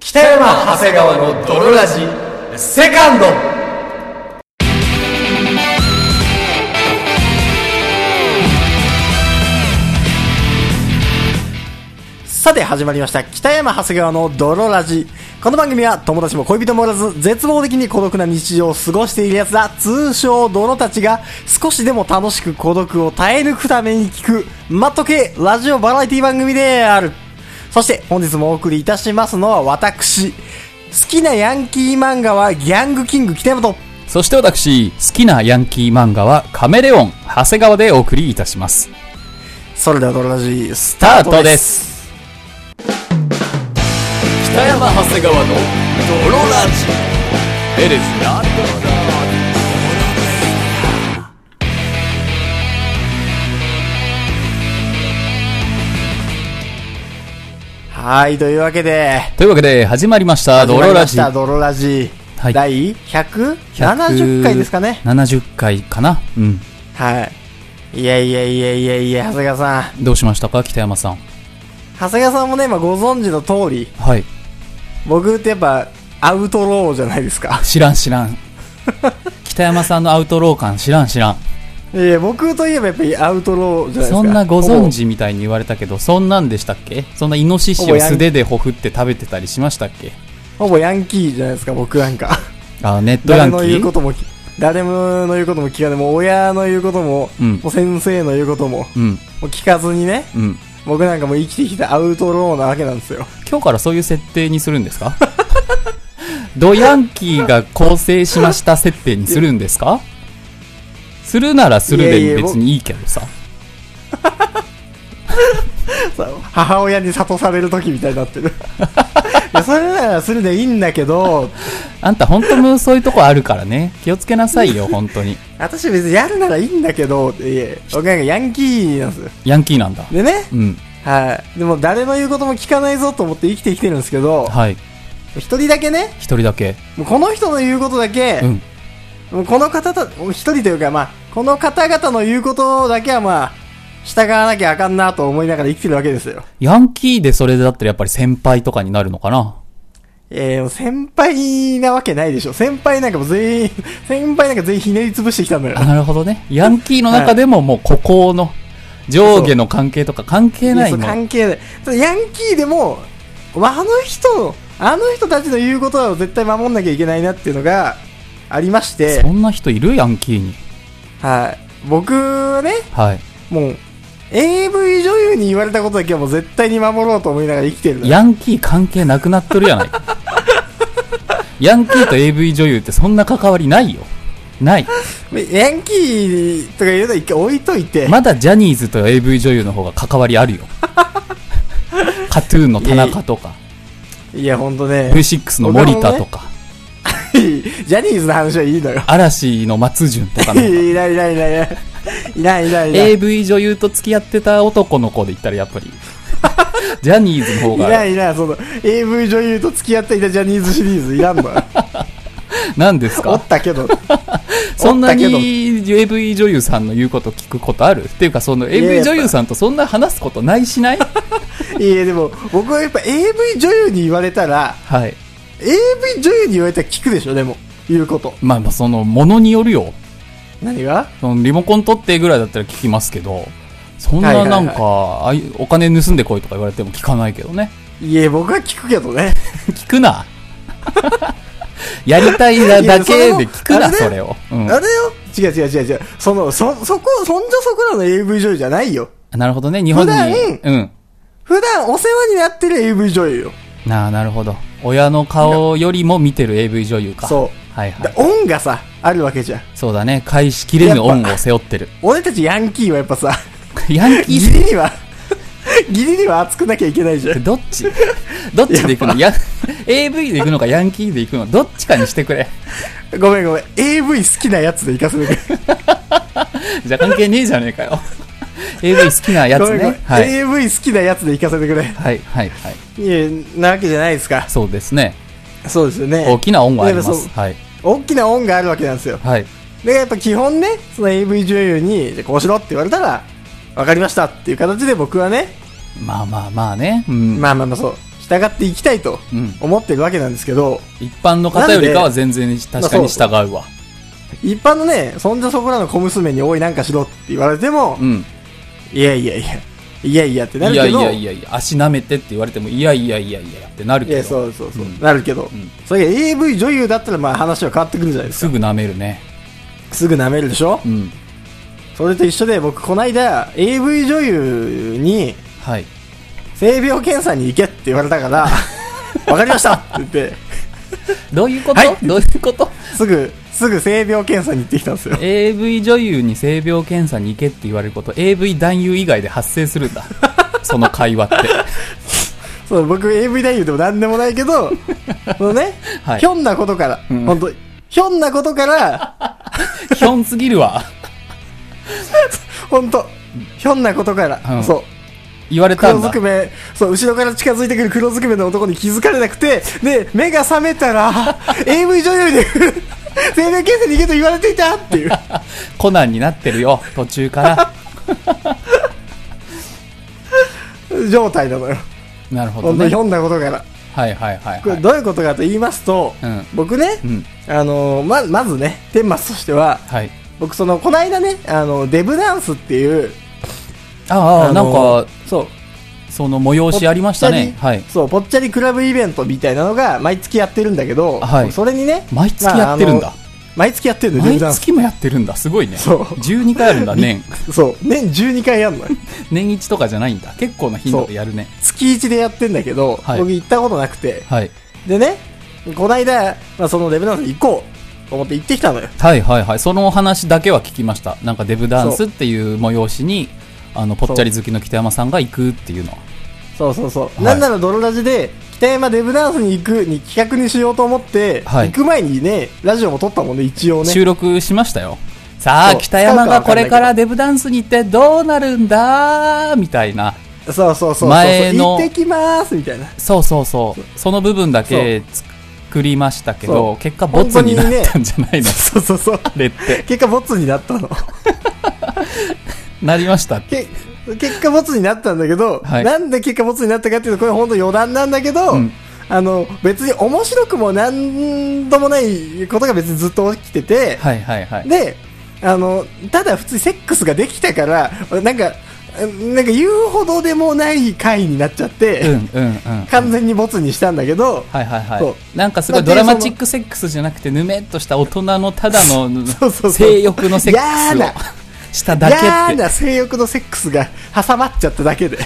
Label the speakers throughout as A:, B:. A: 北山長谷川の泥ラジセカンドさて始まりました北山長谷川の泥ラジこの番組は友達も恋人もおらず絶望的に孤独な日常を過ごしている奴ら通称泥たちが少しでも楽しく孤独を耐え抜くために聞くマット系ラジオバラエティ番組であるそして本日もお送りいたしますのは私。好きなヤンキー漫画はギャングキング北山と。
B: そして私、好きなヤンキー漫画はカメレオン、長谷川でお送りいたします。
A: それではドロラジースタ
B: タ
A: ー
B: ート
A: ト
B: で
A: です。
B: す。北山長谷川の泥ラジ。エレスな
A: はい、というわけで、
B: というわけで始まりました、泥ラジ
A: 始まりました。ドロラジー。
B: はい
A: 第170回ですかね。
B: 70回かなうん。
A: はい。いやいやいやいやいや、長谷川さん。
B: どうしましたか、北山さん。
A: 長谷川さんもね、まあご存知の通り、
B: はい。
A: 僕ってやっぱ、アウトローじゃないですか。
B: 知らん知らん。北山さんのアウトロー感知らん知らん。
A: いやいや僕といえばやっぱりアウトローじゃないですか。
B: そんなご
A: ほぼ
B: 存知みたいに言われたけど、そんなんでしたっけそんなイノシシを素手でほふって食べてたりしましたっけ
A: ほぼヤンキーじゃないですか、僕なん か。
B: あ、ネットヤ
A: 誰
B: ンキ
A: の言うこ
B: ー
A: ともき誰の言うことも聞かないもう親の言うことも,、
B: うん
A: もう先生の言うこともも
B: うん、
A: う聞かずにね
B: うん。
A: 僕なんかもう生きてきたアウトローなわけなんですよ
B: 今日からそういう設定にするんですか ドヤンキーが構成しました設定にするんですかするならする
A: いやい
B: で
A: や
B: 別にいいけどさ。
A: さ母親に諭される時みたいになってるいやそれならそれでいいんだけど
B: あんた本当にそういうとこあるからね。気をつけなさい よ、本当に。
A: 私別にやるならいいんだけどいえ僕なんかヤンキーなんですよ
B: ヤンキーなんだ。
A: でね
B: うん。
A: はいでも誰の言うことも聞かないぞと思って生きてきてるんですけど
B: はい。
A: 一人だけね
B: 一人だけ。
A: もうこの人の言うことだけ、
B: うん。
A: もうこの方と、一人というか、まあ、この方々の言うことだけはまあ、従わなきゃあかんなと思いながら生きてるわけですよ。
B: ヤンキーでそれだったらやっぱり先輩とかになるのかな
A: えー、先輩なわけないでしょ。先輩なんかもう全員、先輩なんか全員ひねり潰してきたんだよ
B: あ。なるほどね。ヤンキーの中でももう孤高の上下の関係とか関係ない
A: やそ
B: の。
A: う関係ない。ただヤンキーでも、まああの人、あの人たちの言うことは絶対守んなきゃいけないなっていうのがありまして
B: そ、んな人いるヤンキーに。
A: はい。僕ね、
B: はい。
A: もう、AV 女優に言われたことだけはもう絶対に守ろうと思いながら生きてるのよ
B: ヤンキー関係なくなっとるやな いか。ヤンキーと AV 女優ってそんな関わりないよ。ない。
A: ヤンキーとかいうのは一回置いといて、
B: まだジャニーズと AV 女優の方が関わりあるよ。 カトゥーンの田中とか、
A: いや、ほんとね、
B: V6 の森田とか、
A: ジャニーズの話はいいのよ。
B: 嵐の松潤とかの方 が。
A: いないいないいないいない。いないいないいない。
B: AV 女優と付き合ってた男の子で言ったらやっ ぱり、ジャニーズの方
A: いな
B: が、
A: いいない、その、AV 女優と付き合っていたジャニーズシリーズいらんのよ。
B: 何です
A: お
B: か
A: ったけど。
B: そんなに
A: おったけ
B: AV 女優さんの言うこと聞くことあるっていうか、その
A: いや
B: AV 女優さんとそんな話すことないし ない
A: いや、でも、僕はやっぱ AV 女優に言われたら、
B: はい。
A: AV 女優に言われたら聞くでしょ、でも。言うこと。
B: まあまあ、その、ものによるよ。
A: 何が
B: そのリモコン取ってぐらいだったら聞きますけど、そん
A: はいは
B: ない
A: はい
B: なんか、あいお金盗んでこいとか言われても聞かないけどね。
A: いや、僕は聞くけどね。
B: 聞くな。 やりたいない
A: や
B: だけで聞くな、
A: そ
B: そ
A: れ
B: れを。うん
A: あれよ違う違う違う違う。その、そ、そこ、そんじょそこらの AV 女優じゃないよ。
B: なるほどね、日本に
A: 普段。
B: うん。
A: 普段お世話になってる AV 女優よ。
B: なあ、なるほど。親の顔よりも見てる AV 女優か。。
A: そう
B: はいは
A: だ
B: い。
A: 恩がさ、あるわけじゃん。
B: そうだね、返しきれぬ恩を背負ってる。
A: 俺たちヤンキーはやっぱさ、
B: ヤンキ
A: ギ
B: ー
A: リには、 ギリには熱くなきゃいけないじゃん。
B: どっ ちどっちで行くのや ?AV で行くのかヤンキーで行くのどっちかにしてくれ。
A: ごめんごめん。AV 好きなやつで行かせてくれ。
B: じゃあ関係ねえじゃねえ かよ。AV 好きなや
A: ご
B: つ
A: めんごめん
B: ね。。はい。
A: AV 好きなやつで行かせてくれ。
B: はい、はい、はい。
A: いや、なわけじゃないですか。
B: そうですね。
A: そうですよね。
B: 大きな恩はありま
A: やっぱ
B: す。
A: そう
B: はい。
A: 大きな恩があるわけなんですよ。
B: はい。
A: で、やっぱ基本ね、その AV 女優に、じゃあこうしろって言われたら、わかりましたっていう形で僕はね、
B: まあまあまあね。うん。
A: まあまあまあそう、従っていきたいと
B: うん
A: 思ってるわけなんですけど、
B: 一般の方よりかは全然確かに従うわ。
A: 一般のね、そんじゃそこらの小娘においなんかしろって言われても、
B: うん。
A: いやいやいや、いやいやって
B: い
A: な
B: や
A: るけ
B: い
A: ど、
B: やいやいや、足舐めてって言われても、いやいやいやいやってなる
A: い
B: け
A: や
B: ど、
A: そうそうそう、
B: うん
A: なるけど、
B: ん
A: それが AV 女優だったらまあ話は変わってくるんじゃないです
B: すぐ舐めるね。
A: か。すぐ舐めるでしょ、
B: うん。
A: それと一緒で僕こないだ AV 女優に
B: はい。
A: 性病検査に行けって言われたから、 わかりましたって言って、
B: どういうこと、
A: はい
B: どういうこと
A: すぐ、すぐ性病検査に行ってきたんですよ。
B: ?AV 女優に性病検査に行けって言われること、AV 男優以外で発生 するんだ。その会話って。
A: そう、僕 AV 男優でもなんでもないけど、そのね、
B: はい
A: ひょんなことから、
B: ん
A: 本当ひょんなことから、
B: ひょんすぎるわ。
A: 本当ひょんなことから、
B: うん
A: そう、
B: 言われた
A: 黒
B: ん
A: ず
B: だ
A: く。め、そう、後ろから近づいてくる黒ずくめの男に気づかれなくて、で、目が覚めたら、AV 女優で、生命検査に行けと言われていたっていう。
B: コナンになってるよ、途 中から。
A: 状態なのよ。
B: なるほど
A: 本当
B: ね
A: ひ。ょんなことから。
B: はいはいはい、
A: これ
B: はい。
A: どういうことかと言いますと、
B: うん
A: 僕ね、
B: うん。
A: あのま、まずね、天末としては、
B: はい。
A: 僕その、この間ね、あの、デブダンスっていう、
B: ああ、
A: あ
B: な
A: の
B: んか、
A: そう。
B: その催しありましたね。
A: ぽっちゃ
B: は
A: り
B: い。
A: そう、ぽっちゃりクラブイベントみたいなのが毎月やってるんだけど、
B: はい
A: それにね、
B: 毎月やってるんだ
A: まああの毎月やってるのよ、デ
B: 毎
A: ブダンス。
B: 月もやってるんだ。すごいね。
A: そう
B: 12回あるん だ、年。
A: そう、年12回やん のよ。
B: 年1とかじゃないんだ。結構な頻度でやるね。
A: 月1でやってんだけど、
B: はい
A: 僕行ったことなくて。
B: はい。
A: でね、こないだ、まあ、そのデブダンス行こうと思って行ってきたのよ。
B: はいはいはい。そのお話だけは聞きました。なんかデブダンスっていう催しに、あの、ぽっちゃり好きの北山さんが行くっていうのは。
A: そうそうそう。
B: い
A: なんなら泥ラジで、北山デブダンスに行くに企画にしようと思って、
B: はい
A: 行く前にね、ラジオも撮ったもんね、一応ね。
B: 収録しましたよ。さあ、
A: そう
B: 北山がこれ
A: 使
B: か
A: うかわかんな
B: ら
A: い
B: デブダンスに行ってどうなるんだーみたいな。
A: そうそうそうそう。
B: 前の
A: 行ってきまーす、みたいな。
B: そうそうそう。その部分だけ作りましたけ
A: そ
B: ど、
A: う
B: 結果ボツになったんじゃないの、
A: そうそうそう。
B: あれって。
A: 結果ボツになったの。
B: なりました。
A: け結果ボツになったんだけど、
B: はい
A: なんで結果ボツになったかっていうと、これ本当余談なんだけど、
B: うん
A: あの、別に面白くもなんともないことが別にずっと起きてて、
B: はいはいはい。
A: で、あの、ただ普通にセックスができたから、なんか、なんか言うほどでもない回になっちゃって、
B: うんうんうん。
A: 完全にボツにしたんだけど、
B: はいはい
A: そ
B: は
A: う
B: い。なんかすごいドラマチックセックスじゃなくて、ぬめっとした大人のただ
A: そうそうそ
B: の
A: う
B: 性欲のセッ
A: やーな
B: クスをしただけ
A: 嫌
B: って。
A: な性欲のセックスが挟まっちゃっただ けで。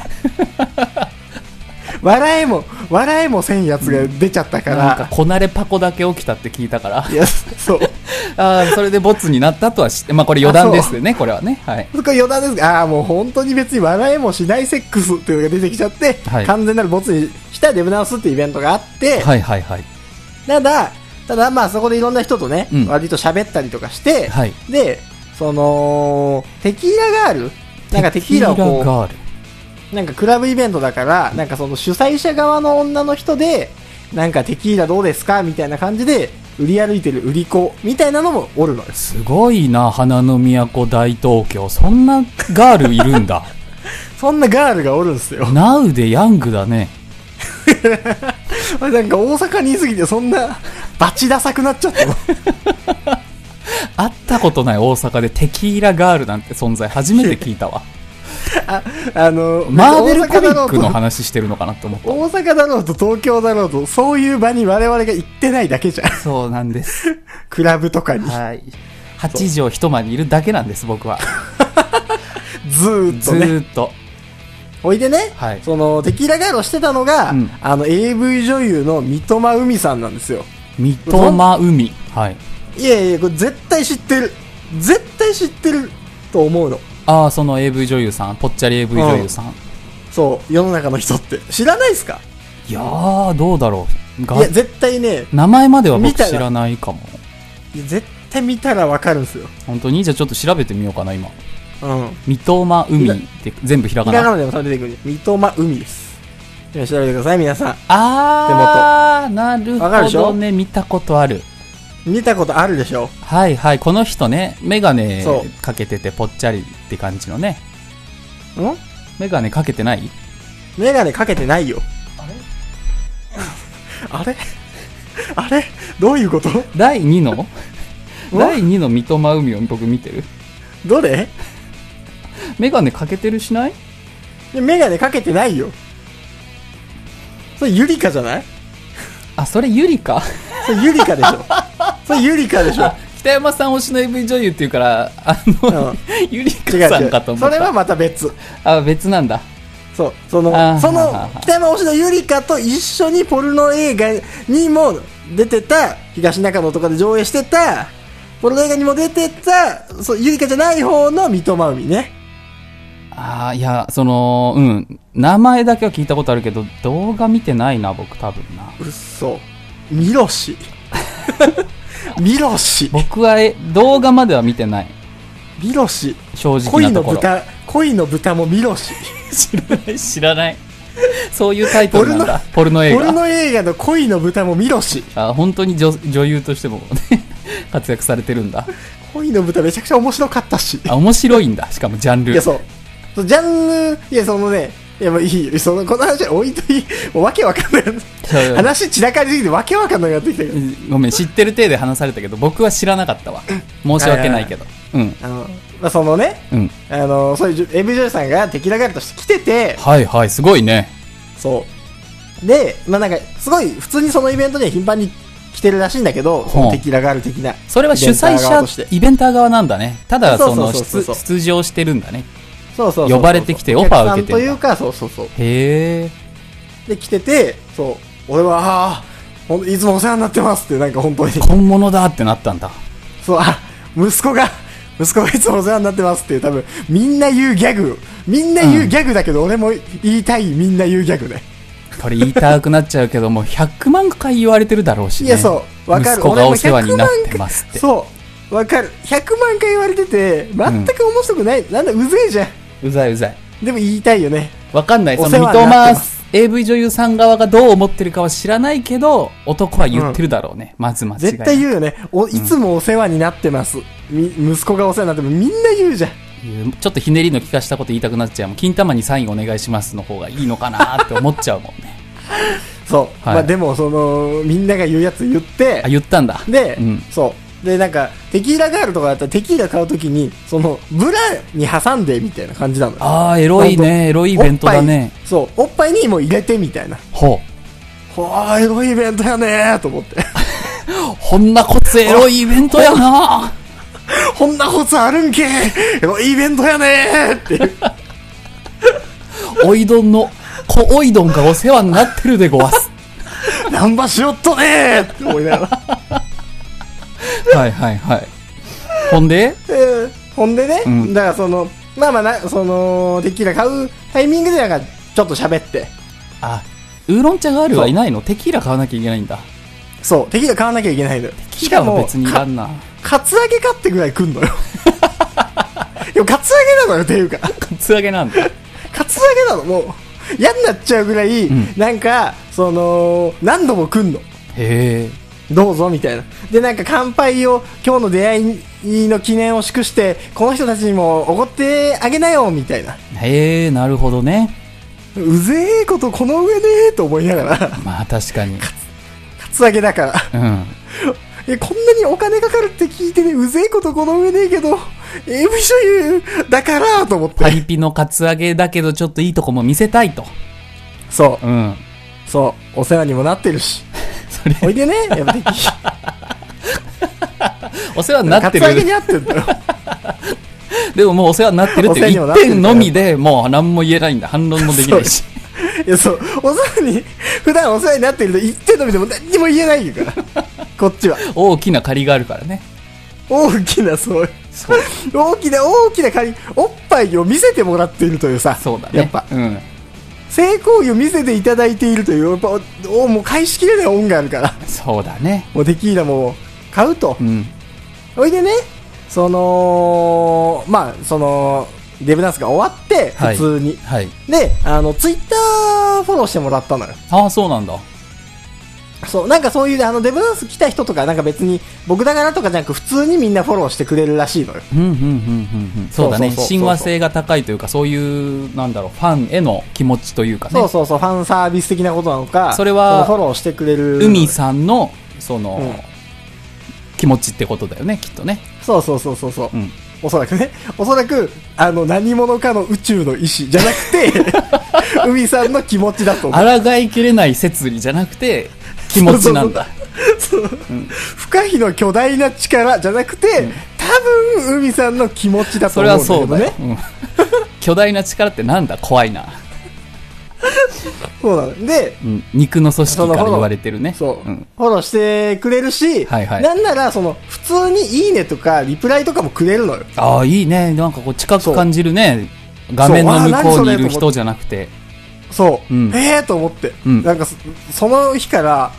A: 笑えも、笑えもせんやつが出ちゃったか
B: なん
A: ら。
B: かこなれパコだけ起きたって聞いたから、
A: いや、そう。
B: あーそれでボツになったとは知って、まあこれ余談ですよね、これはね。はい。
A: そこは余談ですが、ああ、もう本当に別に笑いもしないセックスっていうのが出てきちゃって、
B: はい
A: 完全なるボツにしたデブナウスっていうイベントがあって、
B: はいはいはい。
A: ただ、ただまあそこでいろんな人とね、
B: うん
A: 割と喋ったりとかして、
B: はい
A: で、その、テキーラガールなんかテキーラを
B: テキ
A: こ
B: ーガール。
A: う、なんかクラブイベントだから、なんかその主催者側の女の人で、なんかテキーラどうですかみたいな感じで、売り歩いてる売り子みたいなのもおるのよ。
B: すごいな、花の都大東京。そんなガールいるんだ。
A: そんなガールがおるんですよ。
B: ナウでヤングだね。
A: なんか大阪にいすぎてそんなバチダサくなっちゃ ったの
B: 会ったことない大阪でテキーラガールなんて存在初めて聞いた わ。
A: ああの
B: マーベルコミ
A: 大
B: ック
A: 阪だ
B: の
A: ろうと
B: 話してるのかなと思った。
A: 大阪だろうと東京だろうとそういう場に我々が行ってないだけじゃん
B: そうなんです。
A: クラブとかに
B: はい。8畳一間にいるだけなんです、僕は。
A: ずーっ
B: ず
A: とね
B: ーっと。
A: おいでね、
B: はい
A: そのテキーラガールをしてたのが、
B: うん
A: あの AV 女優の三笘海さんなんですよ
B: 三笘海。はい。
A: いやいやこれ絶対知ってる絶対知ってると思うの
B: ああ、その AV 女優さん、ぽっちゃり AV 女優さん。
A: そう世の中の人って知らないっすか
B: いやー、どうだろう。が
A: いや絶対ね
B: 名前までは僕
A: 見たら
B: 知らないかも。
A: いや絶対見たらわかるんですよ
B: 本当にじゃあちょっと調べてみようかな、今。
A: うん
B: 三笘海って全部ひらが
A: ひらが
B: な。
A: なでも出てくる三笘海です。今調べてください、皆さ
B: あー、なる
A: わかるで
B: ほ
A: し
B: ど
A: ょ
B: ね。見たことある。
A: ん。見たことあるでしょ
B: はいはい。この人ね、メガネ
A: そう
B: かけててぽっちゃりって感じのね。
A: ん
B: メガネかけてない
A: メガネかけてないよ。あれあれどういうこと
B: 第2の第2の三笘海を僕見てる
A: どれ
B: メガネかけてるしない
A: メガネかけてないよ。それユリカじゃない
B: あそれゆりか
A: それユリカでし ょ。それユリカでしょ。
B: 北山さん推しの AV 女優っていうからあの、
A: うん
B: ゆり
A: 違う
B: かさ
A: 違
B: んかと
A: う。
B: 思
A: そ
B: っ
A: れは
B: た
A: また別。
B: あ別なんだ
A: そう。その
B: あ、ー
A: そ
B: はは
A: の
B: は、
A: 北山推しのユリカと一緒にポルノ映画にも出てた、東中野とかで上映してた、ポルノ映画にも出てた、そうユリカじゃない方の三笘海ね。
B: ああいやそのうん名前だけは聞いたことあるけど動画見てないな僕多分な
A: うっそ。ミロ シ。ミロシ。
B: 僕はえ動画までは見てない
A: ミロシ。
B: 正直
A: 恋
B: な
A: の
B: ところ
A: 豚、恋の豚もミロシ。
B: 知らない知らないそういうタイトルなんだポルノ映
A: 俺
B: 画
A: の映画の恋の豚もミロシ。
B: あ本当に女女優としても、ね、 活躍されてるんだ
A: 恋の豚めちゃくちゃ面白かったし。
B: あ面白いんだしかもジャン
A: い
B: ル
A: や、そう。そうジャンル、いや、そのね、いや、もういいよ。その、この話は置いといもうわけわかんない。
B: そう
A: 話散らかりすぎてわけわかんなくなってきたけど。
B: ごめん知ってる体で話されたけど僕は知らなかったわ申し訳ないけどうん
A: あの、まあ、そのね、
B: うん
A: あの、そういう、エビジョイさんが敵ながらとして来てて、
B: はいはいすごいね
A: そう。で、まあ、なんか、すごい、普通にそのイベントには頻繁に来てるらしいんだけど、その敵ながる的な。
B: それは主催
A: イベンター側とし
B: 者
A: て
B: イベンター側なんだねただ
A: そ
B: そう
A: そ
B: の
A: うそうそう
B: 出出場してるんだね
A: そうそうそうそう
B: 呼ばれてきてオファー受けて
A: お客さん
B: んだ
A: というか、そうそうそう。
B: へえ
A: で、来てて、そう、俺は、ああ、ほんいつもお世話になってますって、なんか本当に。
B: 本物だってなったんだ
A: そう、あ、息子が、 息子がいつもお世話になってますっていう、多分、みんな言うギャグ、みんな言うギャグだけど、俺も言いたいみんな言うギャグね。
B: これ言いたくなっちゃうけども100万回言われてるだろうし、ね、
A: いや、そう、わかる。
B: 息子がお世話になってますっ
A: 俺も100万回
B: て
A: そう、わかる。100万回言われてて、全く面白くない。なんだ、うぜえじゃん。
B: うざいうざい
A: でも言いたいよね。
B: わかんないその
A: お世話になって
B: 三
A: ま
B: 笘 AV 女優さん側がどう思ってるかは知らないけど男は言ってるだろうね、まず間違いなく
A: 絶対言うよね。お、いつもお世話になってます。み息子がお世話になってます。みんな言うじゃん。
B: いうちょっとひねりの利かしたこと言いたくなっちゃうもん金玉にサインお願いしますの方がいいのかなって思っちゃうもんね
A: そう。
B: はい
A: まあでも、その、みんなが言うやつ言って
B: あ、言ったんだ
A: で、
B: うん
A: そう。で、なんか、テキーラガールとかだったらテキーラ買うときに、その、ブラに挟んでみたいな感じなのよ。
B: ああエロい
A: ほんと
B: ねエロいイベントだ
A: お
B: ね
A: っぱいそう、おっぱいにもう入れてみたいな。
B: ほ
A: ほあ、エロいイベントやねーと思って。
B: うこんなコツエロいイベントやな
A: こんなコツあるんけーエロいイベントやねーっていう。
B: おいどんのこおいどんがお世話になってるでごわす
A: ナンバしよっとねーって思いながら。
B: はいはいはいほんで
A: えーほんでね、
B: うん
A: だからその、まあまあな、その、テキーラ買うタイミングでなんか、ちょっと喋って。
B: あウーロン茶ガールはいないのテキーラ買わなきゃいけないんだ
A: そう、テキーラ買わなきゃいけないのよ。
B: テキーラも別にいらんな
A: カツアゲかってぐらい来 んのよ。でもカツアゲなのよっていうか。
B: カツアゲなんだ
A: カツアゲなのもう。嫌になっちゃうぐらい、
B: ん
A: なんか、その、何度も来んの。
B: へえ
A: どうぞみたいな。で、なんか乾杯を、今日の出会いの記念を祝して、この人たちにもおごってあげなよみたいな。
B: へえなるほどね
A: うぜえことこの上でと思いながら、
B: まあ確かに
A: カツアゲだから。
B: うん
A: え、こんなにお金かかるって聞いてね、うぜえことこの上ねえけど、AV 女優だからと思って。
B: パリピのカツアゲだけどちょっといいとこも見せたいと。
A: そう。
B: うん。
A: そう、お世話にもなってるし。
B: それ、
A: おいでね、やっぱり。
B: お世話 にな
A: カ
B: って
A: ツアゲに
B: る。
A: 合ってんだよ。
B: でももうお世話になってるっていう一点のみで、もう何も言えないんだ。反論もできないし。
A: いや、そう、お世話に、普段お世話になってると言ってんのみでも何にも言えないから。こっちは。
B: 大きな借りがあるからね。
A: 大きな、そう。
B: そう。
A: 大きな、大きな借り、おっぱいを見せてもらっているというさ。
B: そうだね。
A: やっぱ、
B: うん。
A: 性行為を見せていただいているという、やっぱ、おもう返しきれない恩があるから。
B: そうだね。
A: もうテキーラも買うと
B: う。ん。
A: おいでね、その、まあ、その、デブダンスが終わって、
B: は
A: 普
B: い
A: 通に。
B: はい。
A: で、あの、ツイッターフォローしてもらったのよ。
B: ああ、そうなんだ。
A: そう、なんかそういう、あの、デブダンス来た人とか、なんか別に、僕だからとかじゃなく、普通にみんなフォローしてくれるらしいのよ。
B: うんうんうんうんうんそうだね
A: そうそうそうそう
B: 親和性が高いというかそういうなんだろうファンへの気持ちというか
A: そう
B: ね
A: そうそう、ファンサービス的なことなのか、
B: それは
A: そのフォローしてくれる。
B: 海さんのその、
A: うん
B: 気持ちってことだよねきっとね
A: そうそうそうそうそう。
B: うん
A: おそらくね。おそらく、あの、何者かの宇宙の意志じゃなく て、海さんの気持ちだと思う。
B: 抗いきれない摂理じゃなくて気持ちなんだ
A: そう不可避の巨大な力じゃなくて、多分、海さんの気持ちだと
B: そ
A: 思
B: れ
A: うん
B: は
A: だけ
B: そ
A: ど
B: うだ
A: ね
B: ね。、うん 巨大な力ってなんだ怖いな、
A: そうなの。で、
B: うん、肉の組織から言われてるね
A: そう、
B: ん
A: フォローしてくれるし、
B: はいはい
A: なんなら、その、普通にいいねとか、リプライとかもくれるのよ。
B: ああいいねなんかこう近く感じるね画面の向こうにいる人じゃなくて
A: そう。
B: うん
A: ええと思って。
B: うん
A: なんかそ、その日から、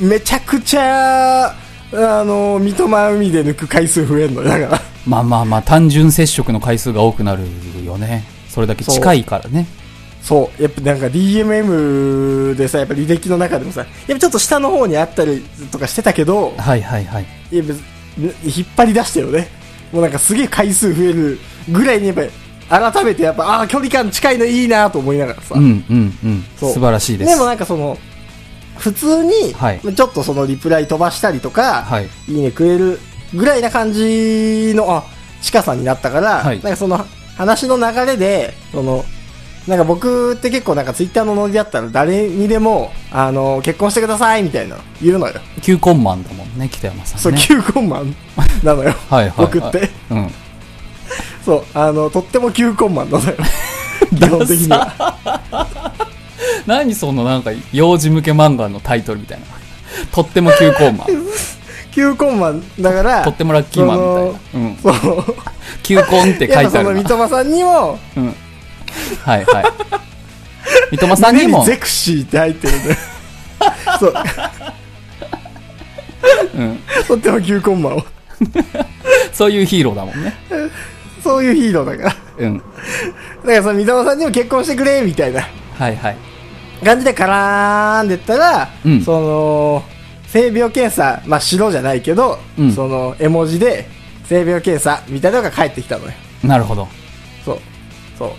A: めちゃくちゃ、あの、三笘海で抜く回数増えるのよ。だから、
B: まあまあまあ単純接触の回数が多くなるよねそれだけ近いからね
A: そう。やっぱなんか DMM でさ、やっぱ履歴の中でもさ、やっぱちょっと下の方にあったりとかしてたけど、
B: はいはいはい
A: いや別に引っ張り出したよね。もうなんかすげえ回数増えるぐらいにやっぱり、改めてやっぱ、ああー、距離感近いのいいなと思いながらさ。
B: うんうんうん
A: そう
B: 素晴らしいです
A: でもなんかその、普通に、
B: はい
A: ちょっとそのリプライ飛ばしたりとか、
B: はい
A: い、いねくれるぐらいな感じの、あ、近さになったから、
B: はい
A: なんかその話の流れで、その、なんか僕って結構なんかツイッターのノリだったら誰にでも、あの、結婚してくださいみたいなの言うのよ。
B: 球根マンだもんね北山さんね
A: そう、求婚マ ンなのよ。
B: はいはいはい
A: 僕って。
B: うん
A: そう、あの、とっても求婚マンな のよ。基本的には。
B: 何そのなんか幼児向け漫画のタイトルみたいなとっても球根 マン
A: 求婚マンだから、
B: とってもラッキーマンみたいな、うん、
A: その、そう。
B: 球根って
A: や
B: 書
A: っぱ
B: いて
A: そ
B: あ
A: の
B: る
A: 三
B: な
A: 笘さんにも、
B: うんはいはい三笘さん
A: 胸
B: に
A: に
B: も
A: ゼクシーって入ってるんだよ。 そう。
B: うん
A: とっても急コンマを。
B: そういうヒーローだもんね
A: そういうヒーローだから。だか
B: うん
A: らその三笘さんにも結婚してくれ、みたいな
B: はいはい
A: 感じで絡んでったら、
B: うん
A: その、性病検査、まあ白じゃないけど、
B: うん
A: その絵文字で、性病検査みたいなのが返ってきたのよ。
B: なるほど
A: そう。そ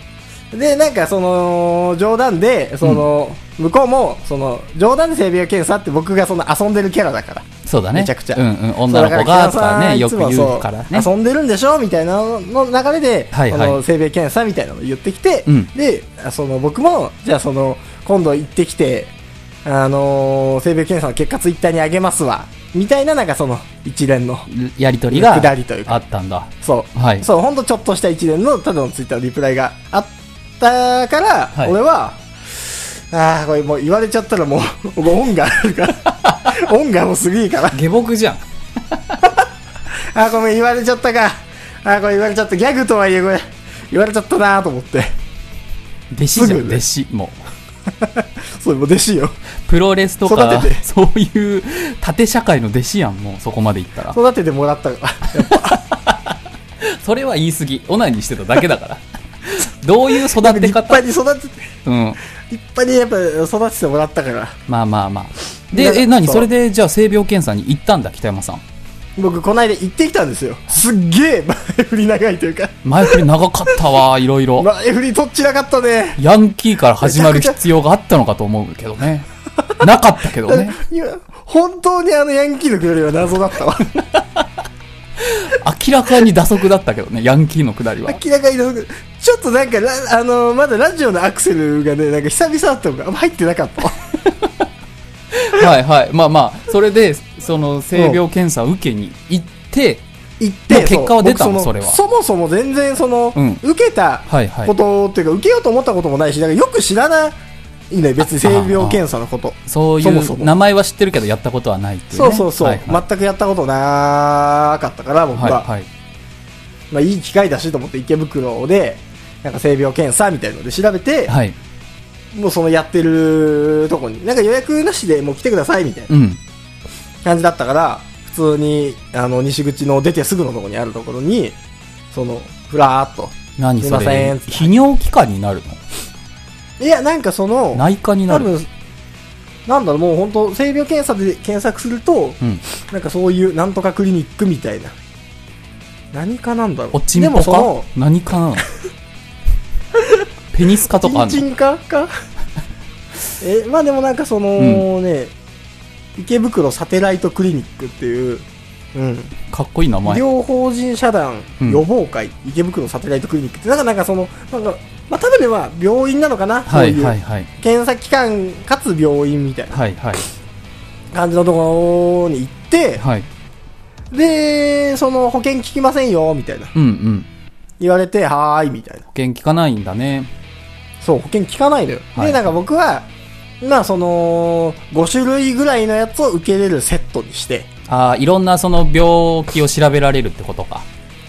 A: う。で、なんかその、冗談で、その、向こうも、その、冗談で性病検査って僕がその遊んでるキャラだから。
B: そうだね
A: めちゃくちゃ
B: うんうん、女の子がとかねよく言うからね
A: そう遊んでるんでしょみたいなのの流れで、
B: はいはい
A: あの性別検査みたいなのを言ってきて、
B: うん
A: であその僕もじゃあその今度行ってきて、あのー性別検査の結果ツイッターにあげますわみたいななんかその一連の
B: やりとりが
A: 下りというか
B: あったんだ
A: そう、
B: はい
A: そう本当ちょっとした一連のただのツイッターのリプライがあったから、
B: はい
A: 俺はああこれもう言われちゃったらもう 僕恩がある から恩がもうすげえから
B: 下僕じゃん
A: あ、ごめん、言われちゃったか。あ、これ言われちゃった。ギャグとはいえ、これ、言われちゃったなと思って。
B: 弟子じゃ
A: す
B: ん
A: ぐね
B: 弟子も
A: そう、もう弟子よ。
B: うプロレスとか
A: 育てて
B: そういう縦社会の弟子やんもうそこまでいったら
A: 育ててもらったから。やっ
B: それは言い過ぎオナニーしてただけだ からどういう育
A: ぱ
B: て
A: 立
B: 方
A: 派に育てて、
B: うん
A: 立派にやっぱ育ててもらったから。
B: まあまあまあで
A: だから
B: え何
A: そう
B: それでじゃあ性病検査に行ったんだ北山さん
A: 僕、こないだ行ってきたんですよ。すっげえ前振り長いというか、
B: 前振り長かっ たわいろいろ
A: 前振りとっちらかったね。
B: ヤンキーから始まる必要があったのかと思うけど ねなかったけどね
A: いや本当にあのヤンキーのくだりは謎だったわ。
B: 明らかに打足だったけどねヤンキーのくだ りは
A: 明らかに謎だちょっとなんか、ラあの、まだラジオのアクセルがね、なんか久々だったのが入ってなかったわ。
B: はいはいまあまあそれでその性病検査受けに行って
A: 行っ
B: も
A: て
B: う結果は出たの
A: 僕
B: それは
A: そもそも全然その、
B: うん
A: 受けた
B: はいはい
A: ことっていうか受けようと思ったこともないしだからよく知らないね別に性病検査のこと
B: そうい
A: そもそも
B: う名前は知ってるけどやったことはないっていう、ね、
A: そうそうそう、
B: はいはい
A: 全くやったことなかったから僕は、
B: はいはい
A: まあ、いい機会だしと思って池袋でなんか性病検査みたいので調べて、
B: はい
A: もうそのやってるとこになんか予約なしでもう来てくださいみたいな
B: うん
A: 感じだったから、普通に、あの、西口の出てすぐのとこにあるところに、その、ふらーっと。
B: 何
A: すい
B: そ
A: ませ
B: れ
A: ん
B: 泌尿器科になるの
A: いや、なんかその、
B: 内科にな
A: 多
B: る
A: 分なんだろう、もう本当、性病検査で検索すると、
B: うん。
A: なんかそういうなんとかクリニックみたいな。何かなんだろう。
B: おちん
A: でも
B: ぽ
A: そ
B: か
A: の、
B: 何か なペニスカとかあん
A: チンチ
B: の
A: ンカか え、まあでもなんかその
B: う
A: ね、池袋サテライトクリニックっていう、うん、
B: かっこいい名
A: 医
B: 前。
A: 療法人社団
B: うん
A: 予防会、池袋サテライトクリニックって、なんかなんかその、なんか、まあ多分では病院なのかな、
B: はい
A: そういう。
B: はいはい。
A: 検査機関かつ病院みたいな
B: はいはい。
A: 感じのところに行って、
B: はい。
A: で、その保険聞きませんよ、みたいな。
B: うんうん。
A: 言われて、はーい、みたいな。
B: 保険聞かないんだね。
A: そう、保険聞かないのよ。
B: はい
A: で、なんか僕は、まあその、5種類ぐらいのやつを受けれるセットにして、
B: ああ、いろんなその病気を調べられるってことか。